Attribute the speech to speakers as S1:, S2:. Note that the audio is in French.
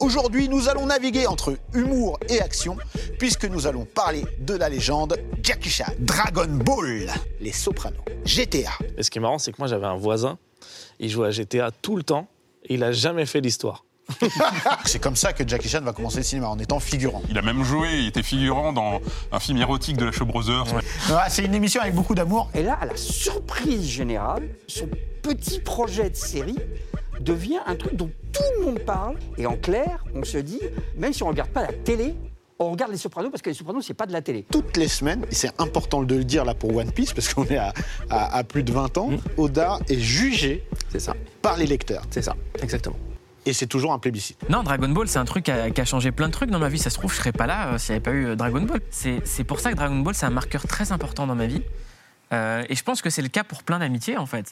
S1: Aujourd'hui, nous allons naviguer entre humour et action, puisque nous allons parler de la légende Jackie Chan, Dragon Ball, Les Sopranos, GTA.
S2: Et ce qui est marrant, c'est que moi, j'avais un voisin, il jouait à GTA tout le temps, et il a jamais fait l'histoire.
S1: Ah, C'est comme ça que Jackie Chan va commencer le cinéma, en étant figurant.
S3: Il a même joué, il était figurant dans un film érotique de la Show Brothers.
S1: Ah, C'est une émission avec beaucoup d'amour.
S4: Et là, à la surprise générale, son petit projet de série devient un truc dont tout le monde parle. Et en clair, on se dit, même si on ne regarde pas la télé, on regarde les Sopranos parce que les Sopranos, c'est pas de la télé.
S1: Toutes les semaines, et c'est important de le dire là pour One Piece, parce qu'on est à, à- à plus de 20 ans, Oda est jugé
S5: C'est ça,
S1: par les lecteurs.
S5: c'est ça, exactement.
S1: Et c'est toujours un plébiscite.
S6: Non, Dragon Ball, c'est un truc qui a, qui a changé plein de trucs dans ma vie. Ça se trouve, je serais pas là euh, s'il n'y avait pas eu euh, Dragon Ball. C'est c'est pour ça que Dragon Ball, c'est un marqueur très important dans ma vie. Euh, et je pense que c'est le cas pour plein d'amitiés, en fait.